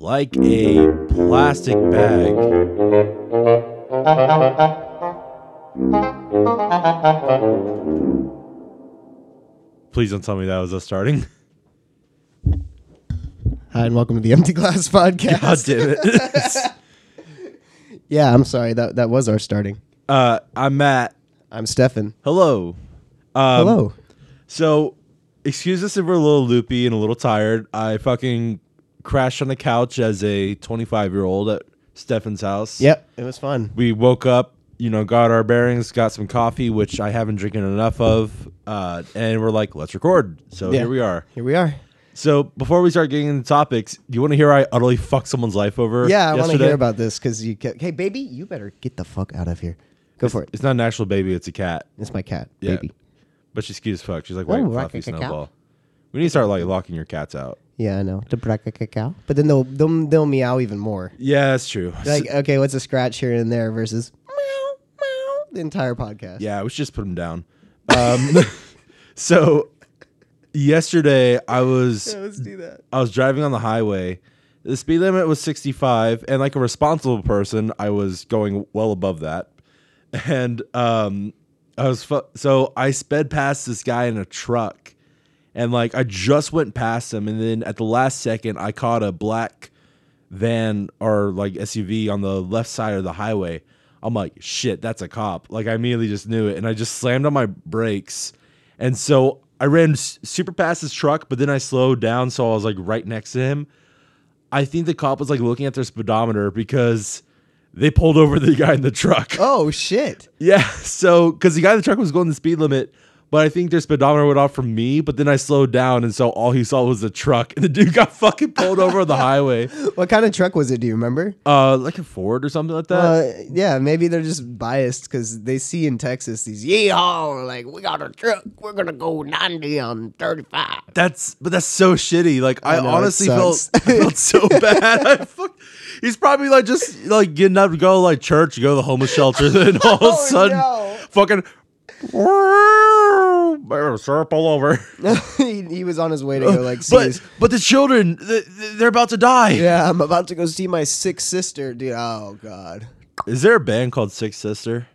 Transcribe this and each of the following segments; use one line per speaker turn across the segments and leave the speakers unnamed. like a plastic bag. Please don't tell me that was us starting.
Hi, and welcome to the Empty Glass Podcast.
God damn it.
Yeah, I'm sorry. That that was our starting.
uh, I'm Matt.
I'm Stefan.
Hello. Um,
Hello.
So, excuse us if we're a little loopy and a little tired. I fucking crashed on the couch as a 25 year old at Stefan's house.
Yep, it was fun.
we woke up, you know, got our bearings, got some coffee, which I haven't drinking enough of, uh, and we're like, let's record. So
Yeah.
here we are.
Here we are.
So before we start getting into topics, do you want to hear I utterly fucked someone's life over?
Yeah, I want to
yesterday?
hear about this because you. Kept, hey, baby, you better get the fuck out of here. Go for it.
It's not an actual baby; it's a cat.
It's my cat,
Yeah.
baby.
But she's cute as fuck. She's like white
Oh,
fluffy
like a cat.
snowball. We need to start like locking your cats out.
Yeah, I know. The braca cacao. But then they'll, they'll they'll meow even more.
Yeah, that's true.
Like, okay, what's a scratch here and there versus meow meow the entire podcast?
Yeah, we should just put him down. Um, so yesterday I was
let's do that.
I was driving on the highway. The speed limit was 65, and like a responsible person, I was going well above that. And um, I was fu- so I sped past this guy in a truck, and like I just went past him, and then at the last second, I caught a black van or like SUV on the left side of the highway. I'm like, shit, that's a cop. Like I immediately just knew it, and I just slammed on my brakes, and so I ran s- super past his truck, but then I slowed down, so I was like right next to him. I think the cop was like looking at their speedometer because they pulled over the guy in the truck.
Oh shit.
Yeah, so because the guy in the truck was going the speed limit, but I think their speedometer went off from me. But then I slowed down, and so all he saw was the truck, and the dude got fucking pulled over on the highway,
What kind of truck was it? Do you remember?
uh, like a Ford or something like that.
Uh, yeah, maybe they're just biased because they see in Texas these yeehaw, like we got a truck, we're gonna go ninety on thirty five.
That's but that's so shitty. Like I,
know, it
honestly felt
sucks.
I felt so bad. I fuck, he's probably like just like getting up to go to, like church, go to the homeless shelter, then all of
Oh,
a sudden,
no.
fucking, sir, pull over.
he, he was on his way to go like see.
But
his-
but the children, th- th- they're about to die.
yeah, I'm about to go see my sick sister, dude. Oh god,
Is there a band called Six Sister?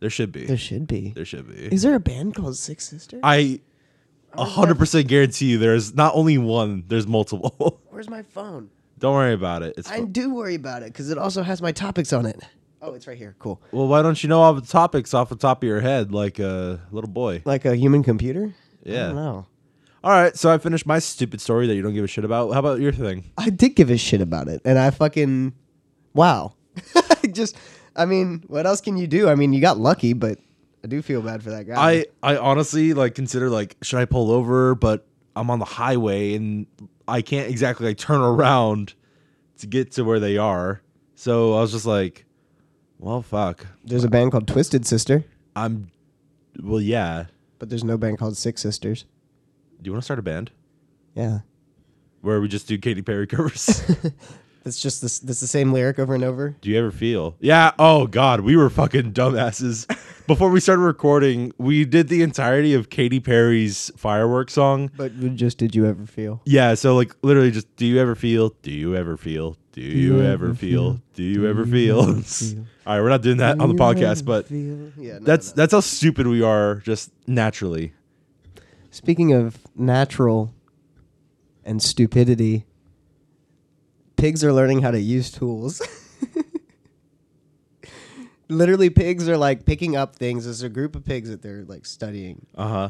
There should be.
should be.
There should be.
Is there a band called Sick Sister?
I. a hundred percent guarantee you there's not only one, there's multiple.
Where's my phone?
Don't worry about it. It's
I do worry about it because it also has my topics on it. Oh, it's right here. Cool.
Well, why don't you know all the topics off the top of your head, like a little boy?
Like a human computer? I
Yeah.
don't know.
All right, so I finished my stupid story that you don't give a shit about. How about your thing?
I did give a shit about it, and I fucking wow. Just, I mean, what else can you do? I mean, you got lucky, but I do feel bad for that guy.
I I honestly like consider like should I pull over, but I'm on the highway and I can't exactly like turn around to get to where they are. So I was just like, well, fuck.
there's a band called Twisted Sister,
I'm well, yeah.
but there's no band called Six Sisters.
Do you want to start a band
Yeah,
where we just do Katy Perry covers?
it's just this. That's the same lyric over and over.
Do you ever feel? Yeah. Oh God, we were fucking dumbasses. Before we started recording, we did the entirety of Katy Perry's fireworks song.
But just did you ever feel?
Yeah. So like literally, just do you ever feel? Do you ever feel? Do you ever feel? Do you ever feel? All right, we're not doing that on the podcast, but
Yeah, no,
that's
no.
that's how stupid we are, just naturally.
speaking of natural and stupidity. Pigs are learning how to use tools. Literally, pigs are like picking up things. There's a group of pigs that they're like studying
Uh huh.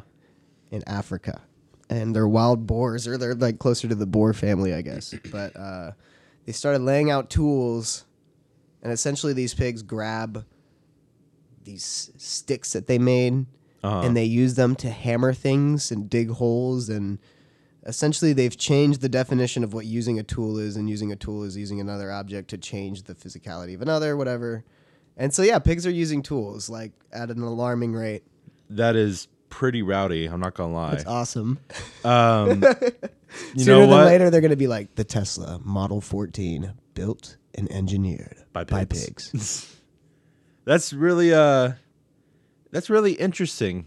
in Africa, and they're wild boars, or they're like closer to the boar family, I guess. But uh, they started laying out tools, and essentially these pigs grab these sticks that they made,
Uh-huh.
and they use them to hammer things and dig holes, and essentially they've changed the definition of what using a tool is, and using a tool is using another object to change the physicality of another, whatever. And so yeah, pigs are using tools like at an alarming rate.
That is pretty rowdy. I'm not gonna lie.
It's awesome.
Um, you
Sooner
know what?
than later, they're going to be like the Tesla Model 14, built and engineered by pigs.
that's really uh that's really interesting.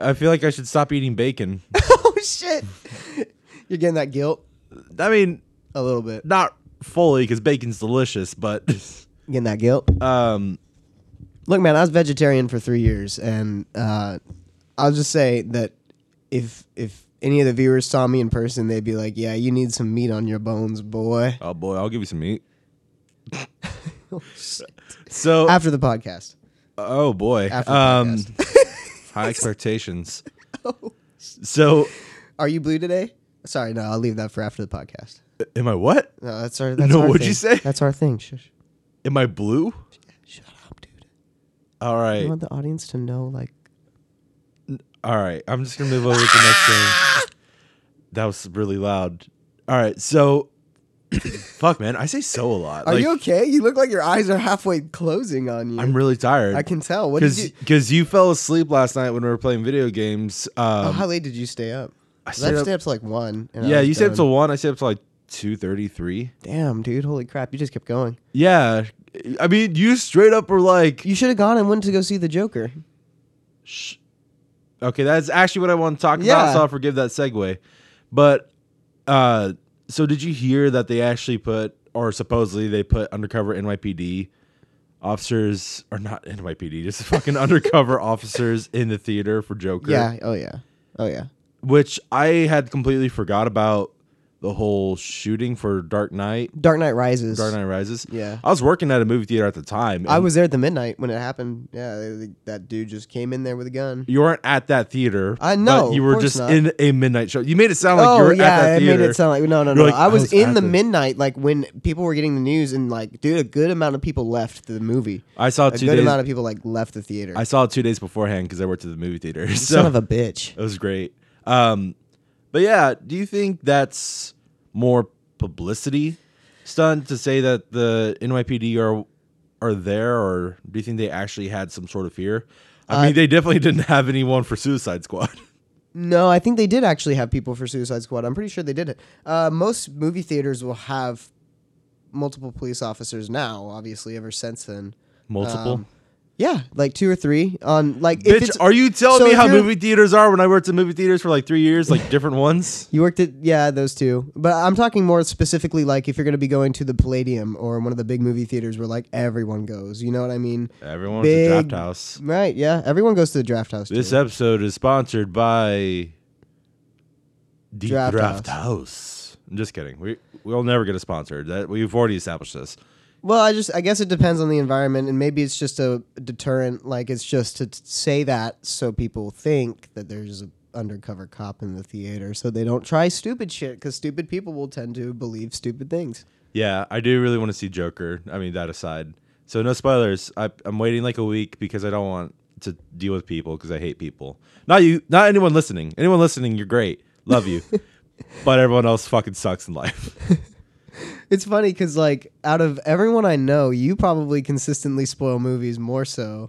I feel like I should stop eating bacon.
oh shit! You're getting that guilt
I mean,
a little bit.
not fully because bacon's delicious, but
Getting that guilt.
um,
Look, man, I was vegetarian for three years, and uh, I'll just say that if if any of the viewers saw me in person, they'd be like, "Yeah, you need some meat on your bones, boy."
oh boy, I'll give you some meat. So,
After the podcast.
oh boy,
After the
um,
podcast.
high expectations. Oh. So,
Are you blue today? Sorry, no, I'll leave that for after the podcast.
am I what?
No, that's our. That's
No,
our
what'd you
thing.
say?
That's our thing. Shush.
Am I blue?
Shut up, dude.
All
I
right,
want the audience to know, like,
all right. I'm just gonna move over to the next thing. That was really loud. All right, so fuck, man, I say so a lot.
are
Like,
you okay? You look like your eyes are halfway closing on you.
I'm really tired.
I can tell. What did you?
because you fell asleep last night when we were playing video games. Um,
oh, how late did you stay up? 'Cause
stayed
I stayed
up-
up, to like one. and I
yeah,
was
you stayed up
done.
till one. I stayed up till like two thirty three.
Damn, dude! Holy crap! You just kept going.
Yeah, I mean, you straight up were like,
You should have gone and went to go see the Joker.
Sh- okay, that's actually what I want to talk about.
Yeah.
So I'll forgive that segue. But uh, so did you hear that they actually put, or supposedly they put undercover NYPD officers, or not NYPD, just fucking undercover officers in the theater for Joker?
Yeah. Oh yeah. Oh yeah.
which I had completely forgot about the whole shooting for Dark Knight,
Dark Knight Rises.
Dark Knight Rises.
Yeah.
I was working at a movie theater at the time.
I
and
was there at the midnight when it happened. Yeah, they- they- that dude just came in there with a gun.
You weren't at that theater.
I
but
know,
you
of
were
course
just
not.
in a midnight show. You made it sound like you
oh
were at
yeah,
that
it
theater.
made it sound like no, no,
You're
no.
like,
I was, in
at
the
this.
midnight, like when people were getting the news, and like, dude, a good amount of people left the movie.
I saw
A
two
good
days.
amount of people like left the theater.
I saw it two days beforehand because I worked at the movie theater. So
Son of a bitch.
it was great. Um, but yeah, do you think that's more publicity stunt to say that the NYPD are are there, or do you think they actually had some sort of fear? I
Uh,
mean, they definitely didn't have anyone for Suicide Squad.
No, I think they did actually have people for Suicide Squad. I'm pretty sure they did it. Uh, most movie theaters will have multiple police officers now. Obviously, ever since then.
Multiple.
Um, yeah, like two or three on like. if
Bitch,
it's,
are you telling
so
me
if
how
you're-
movie theaters are when I worked at movie theaters for like three years, like different ones?
you worked at yeah those two, but I'm talking more specifically like if you're going to be going to the Palladium or one of the big movie theaters where like everyone goes. You know what I mean?
Everyone was a draft
Big-
house.
Right? Yeah, everyone goes to the Draft House.
This
too.
episode is sponsored by the Draft,
Draft
House. I'm just kidding. We we'll never get a sponsor. That we've already established this.
Well, I just I guess it depends on the environment, and maybe it's just a deterrent. Like it's just to t- say that so people think that there's a undercover cop in the theater, so they don't try stupid shit because stupid people will tend to believe stupid things.
Yeah, I do really want to see Joker. I mean, that aside. So no spoilers. I, I'm waiting like a week because I don't want to deal with people because I hate people. Not you. Not anyone listening. Anyone listening, you're great. Love you. but everyone else fucking sucks in life.
It's funny because like out of everyone I know, you probably consistently spoil movies more so.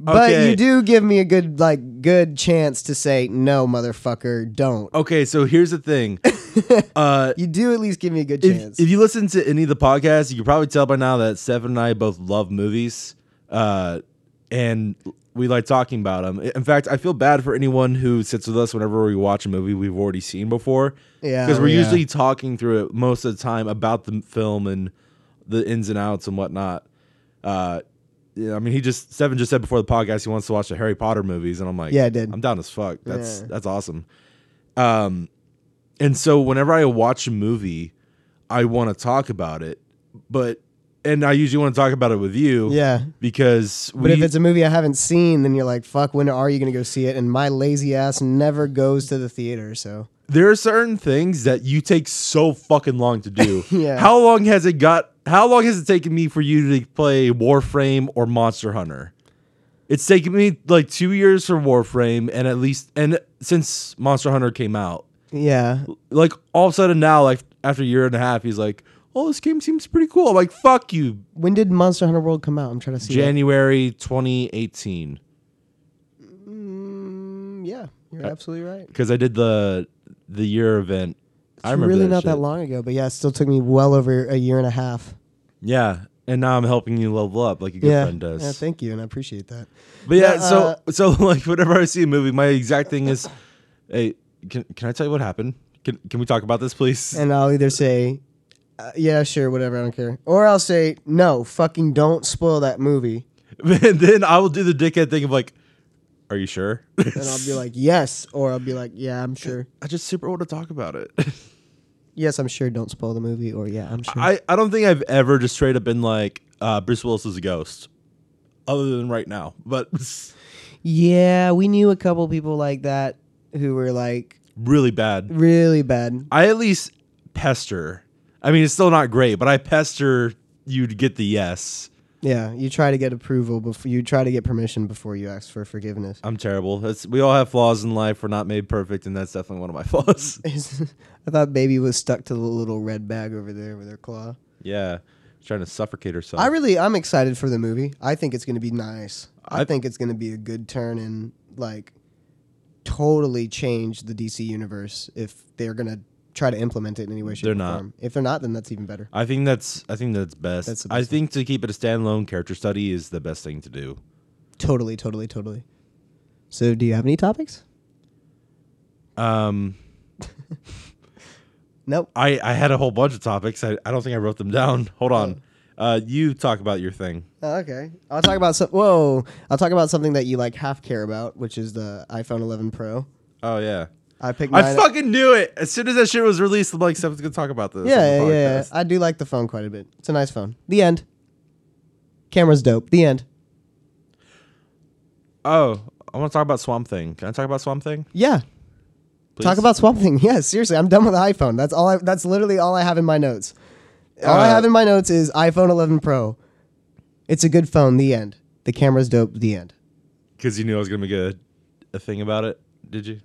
But
Okay.
you do give me a good like good chance to say no, motherfucker, don't.
Okay, so here's the thing. Uh,
You do at least give me a good
if,
chance.
if you listen to any of the podcasts, you can probably tell by now that Steph and I both love movies, uh, and we like talking about them. In fact, I feel bad for anyone who sits with us whenever we watch a movie we've already seen before.
Yeah,
because we're
yeah.
usually talking through it most of the time about the film and the ins and outs and whatnot. Uh, yeah, I mean, he just Seven just said before the podcast he wants to watch the Harry Potter movies, and I'm like,
Yeah, I did.
I'm down as fuck. That's
Yeah.
that's awesome. Um, and so whenever I watch a movie, I want to talk about it, but and I usually want to talk about it with you,
yeah.
because we,
But if it's a movie I haven't seen, then you're like, fuck, when are you going to go see it? And my lazy ass never goes to the theater, so.
there are certain things that you take so fucking long to do.
Yeah.
How long has it got? How long has it taken me for you to play Warframe or Monster Hunter? It's taken me like two years for Warframe, and at least and since Monster Hunter came out,
Yeah.
like all of a sudden now, like after a year and a half, he's like, "Oh, this game seems pretty cool." I'm like, "Fuck you,
When did Monster Hunter World come out? I'm trying to see. it.
January 2018,"
Mm, yeah, you're absolutely right.
because I did the the year event.
It's
I remember
really not
shit.
that long ago, but yeah, it still took me well over a year and a half.
Yeah, and now I'm helping you level up like a good
yeah.
friend does.
yeah. Thank you, and I appreciate that.
But yeah,
No,
so so like whenever I see a movie, my exact thing is, hey, can can I tell you what happened? Can can we talk about this, please?
And I'll either say, uh, yeah, sure, whatever, I don't care. Or I'll say, no, fucking don't spoil that movie.
and then I will do the dickhead thing of like, are you sure?
And I'll be like, yes. Or I'll be like, yeah, I'm sure.
I just super want to talk about it.
Yes, I'm sure, don't spoil the movie. Or yeah, I'm sure.
I, I don't think I've ever just straight up been like, uh, Bruce Willis is a ghost, other than right now. But
yeah, we knew a couple people like that who were like
really bad.
really bad.
I at least pester. I mean, it's still not great, but I pester you to get the yes.
Yeah, you try to get approval before you try to get permission before you ask for forgiveness.
I'm terrible. That's, we all have flaws in life. We're not made perfect, and that's definitely one of my flaws.
I thought baby was stuck to the little red bag over there with her claw.
yeah, trying to suffocate herself.
I really, I'm excited for the movie. I think it's going to be nice. I,
I-
think it's going to be a good turn and like totally change the DC universe if they're going to try to implement it in any way, shape,
They're
or
not.
form. If they're not, then that's even better.
I think that's I think that's best.
That's the
I
best
think to keep it a standalone character study is the best thing to do.
Totally, totally, totally. So, do you have any topics?
Um,
Nope.
I I had a whole bunch of topics. I, I don't think I wrote them down. Hold on. Uh, you talk about your thing.
Oh, okay. I'll talk about some. Whoa. I'll talk about something that you like half care about, which is the iPhone 11 Pro.
Oh yeah,
I picked.
I
mine-
fucking knew it. As soon as that shit was released, I'm like, someone's gonna talk about this. on
Yeah,
the
yeah, yeah. yeah.
podcast."
I do like the phone quite a bit. It's a nice phone. The end. Camera's dope. The end.
Oh, I want to talk about Swamp Thing. Can I talk about Swamp Thing?
Yeah.
Please?
Talk about Swamp Thing. Yeah, seriously, I'm done with the iPhone. That's all. I, that's literally all I have in my notes. All I
Uh,
have in my notes is iPhone 11 Pro. It's a good phone. The end. The camera's dope. The end.
because you knew I was gonna make a a thing about it. Did you?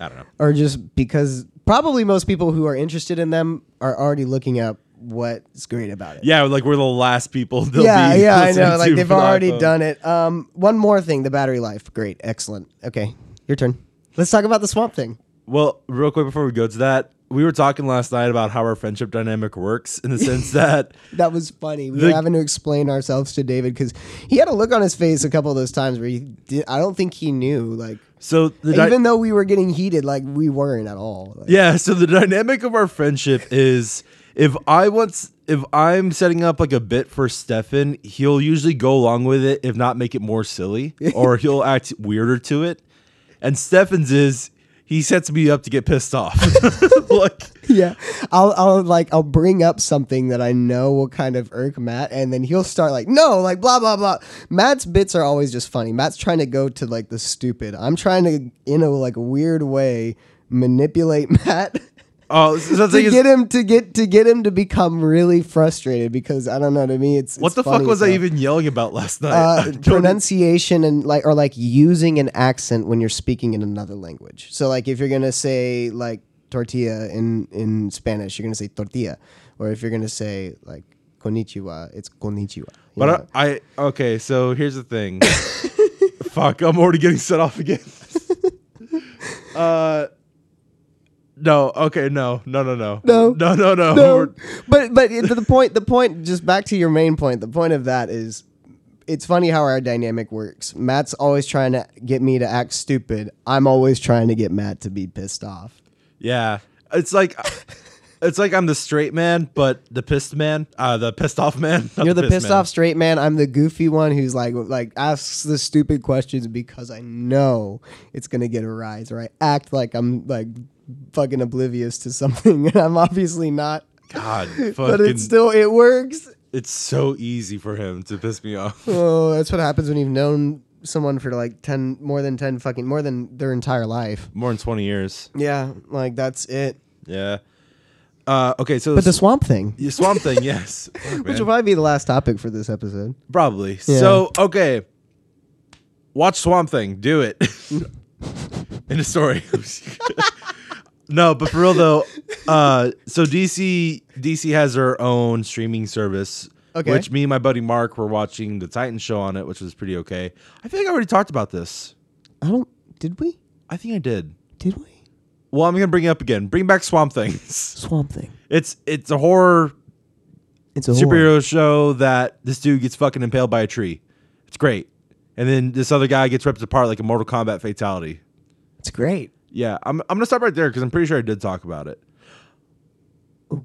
I don't know.
Or just because probably most people who are interested in them are already looking up what's great about it.
Yeah, like we're the last people. They'll
yeah,
be
yeah, I
listening
know. Like
to
they've
for the
already
iPhone.
done it. Um, one more thing: the battery life. Great, excellent. Okay, your turn. Let's talk about the Swamp Thing.
Well, real quick before we go to that, we were talking last night about how our friendship dynamic works in the sense that
That was funny. We
The-
were having to explain ourselves to David because he had a look on his face a couple of those times where he did, I don't think he knew. Like,
so the di-
even though we were getting heated, like we weren't at all. Like,
yeah, so the dynamic of our friendship is if I once if I'm setting up like a bit for Stefan, he'll usually go along with it, if not make it more silly, or he'll act weirder to it. And Stefan's is he sets me up to get pissed off. like
yeah. I'll, I'll like I'll bring up something that I know will kind of irk Matt, and then he'll start like, no, like blah blah blah. Matt's bits are always just funny. Matt's trying to go to like the stupid. I'm trying to in a like weird way manipulate Matt.
oh so the
To
thing is,
get him to get to get him to become really frustrated because I don't know to me it's
What
it's
the fuck
funny
was
as
I
hell.
even yelling about last night? I
uh,
don't even-
pronunciation and like or like using an accent when you're speaking in another language. So like if you're gonna say like tortilla in in Spanish, you're gonna say tortilla, or if you're gonna say like konnichiwa, it's konnichiwa. you know?
But I, I okay. So here's the thing. Fuck, I'm already getting set off again. uh, no. Okay, no, no, no, no,
No.
no, no, no.
no,
We're-
but but it- the point the point just back to your main point. The point of that is. It's funny how our dynamic works. Matt's always trying to get me to act stupid. I'm always trying to get Matt to be pissed off.
Yeah, it's like. It's like I'm the straight man, but the pissed man, uh, the pissed off man. not
You're the
pissed
pissed
man.
off straight man. I'm the goofy one who's like like asks the stupid questions because I know it's gonna get a rise, or I act like I'm like fucking oblivious to something and I'm obviously not.
God,
But
fucking,
it's still it works.
it's so easy for him to piss me off.
Oh, that's what happens when you've known someone for like ten more than ten fucking more than their entire life.
More than twenty years.
Yeah, like that's it.
Yeah. Uh, okay, so
But the swamp thing.
Yeah, Swamp Thing, yes. Fuck,
Which
man.
will probably be the last topic for this episode.
Probably.
Yeah.
So, okay. Watch Swamp Thing. Do it. End of story. no, but for real though, uh, so DC DC has their own streaming service.
Okay.
Which me and my buddy Mark were watching the Titan show on it, which was pretty okay. I think I already talked about this.
I don't did we?
I think I did.
Did we?
Well, I'm gonna bring it up again. Bring back Swamp Thing.
Swamp thing.
it's it's a horror
It's a horror.
superhero show that this dude gets fucking impaled by a tree. It's great. And then this other guy gets ripped apart like a Mortal Kombat fatality.
It's great.
Yeah, I'm, I'm gonna stop right there because I'm pretty sure I did talk about it.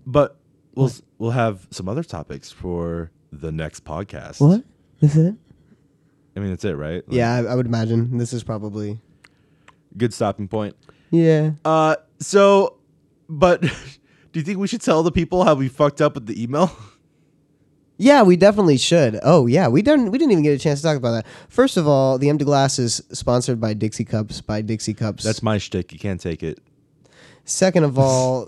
But we'll s- we'll have some other topics for the next podcast.
What? This is it?
I mean, that's it, right? Like,
Yeah, I, I would imagine this is probably.
Good stopping point.
Yeah.
Uh, so, but do you think we should tell the people how we fucked up with the email?
Yeah, we definitely should. Oh yeah, we didn't we didn't even get a chance to talk about that. First of all, the empty glass is sponsored by Dixie Cups by Dixie Cups.
That's my shtick. You can't take it.
Second of all,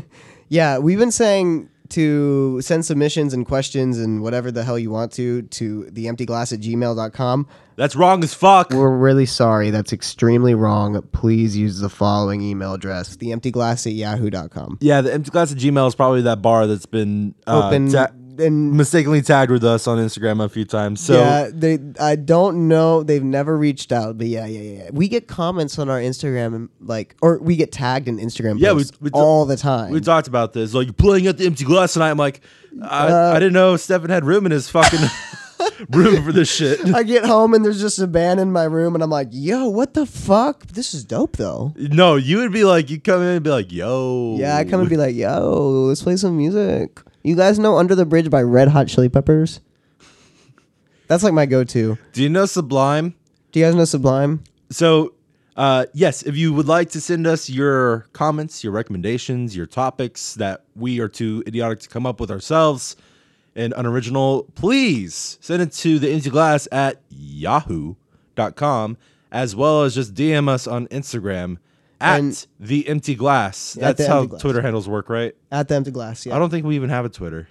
yeah, we've been saying to send submissions and questions and whatever the hell you want to to theemptyglass at gmail.com.
That's wrong as fuck.
We're really sorry. That's extremely wrong. Please use the following email address theemptyglass at yahoo.com.
yeah, the empty glass of Gmail is probably that bar that's been uh,
Open
ta-
and
mistakenly tagged with us on Instagram a few times. So
yeah, they. I don't know. They've never reached out, but yeah, yeah, yeah, yeah. We get comments on our Instagram, and like, or we get tagged in Instagram.
Yeah, we-
posts
we t-
all the time.
we talked about this. Like, you're playing at the empty glass tonight. I'm like, I,
Uh,
I didn't know Stefan had room in his fucking room for this shit.
I get home and there's just a band in my room, and I'm like, yo, what the fuck? This is dope, though.
No, you would be like, you come in and be like, yo.
Yeah, I come and be like, yo, let's play some music. You guys know Under the Bridge by Red Hot Chili Peppers? That's like my go-to.
Do you know Sublime?
Do you guys know Sublime?
So, uh, yes, if you would like to send us your comments, your recommendations, your topics that we are too idiotic to come up with ourselves and unoriginal, please send it to the empty glass at yahoo.com as well as just DM us on Instagram at
And-
the empty glass.
At
That's
The
how
Empty Glass.
Twitter handles work, right?
At the Empty Glass, yeah.
I don't think we even have a Twitter.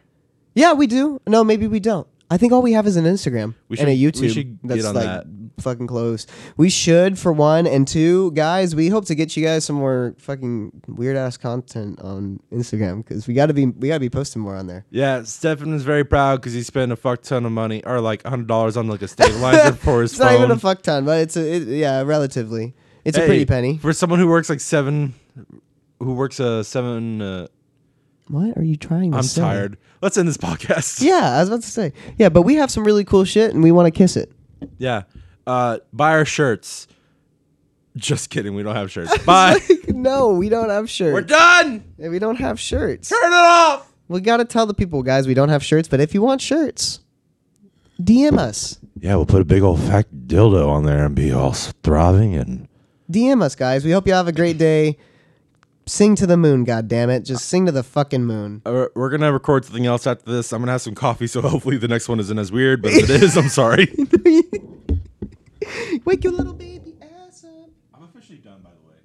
Yeah, we do. No, maybe we don't. I think all we have is an Instagram
We
and a
should-
YouTube.
we should get
that's
on
like
that.
fucking close. We should for one and two, guys. We hope to get you guys some more fucking weird ass content on Instagram because we gotta be we gotta be posting more on there.
Yeah, Stefan is very proud because he spent a fuck ton of money or like $100 on like a stabilizer for his
It's
phone.
not even a fuck ton, but it's a it, yeah, relatively. It's a
Hey,
pretty penny.
for someone who works like seven who works a seven uh,
What are you trying to
i'm
say?
tired let's end this podcast
Yeah, I was about to say. Yeah, but we have some really cool shit and we want to kiss it.
yeah uh buy our shirts just kidding we don't have shirts bye
no, we don't have
we're
shirts.
done
We don't have shirts.
turn it off
We got to tell the people, guys, we don't have shirts, but if you want shirts, DM us.
yeah we'll put a big old fat dildo on there and be all throbbing and
DM us, guys. We hope you have a great day. Sing to the moon, God damn it! Just sing to the fucking moon.
Uh, we're gonna record something else after this i'm gonna have some coffee so hopefully the next one isn't as weird but if it is i'm sorry
Wake your little baby ass up.
i'm officially done by the way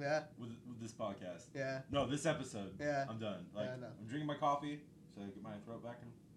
Yeah,
with, with this podcast
yeah.
No, this episode.
Yeah.
I'm done. Like
I know.
I'm drinking my coffee, so I get my throat back in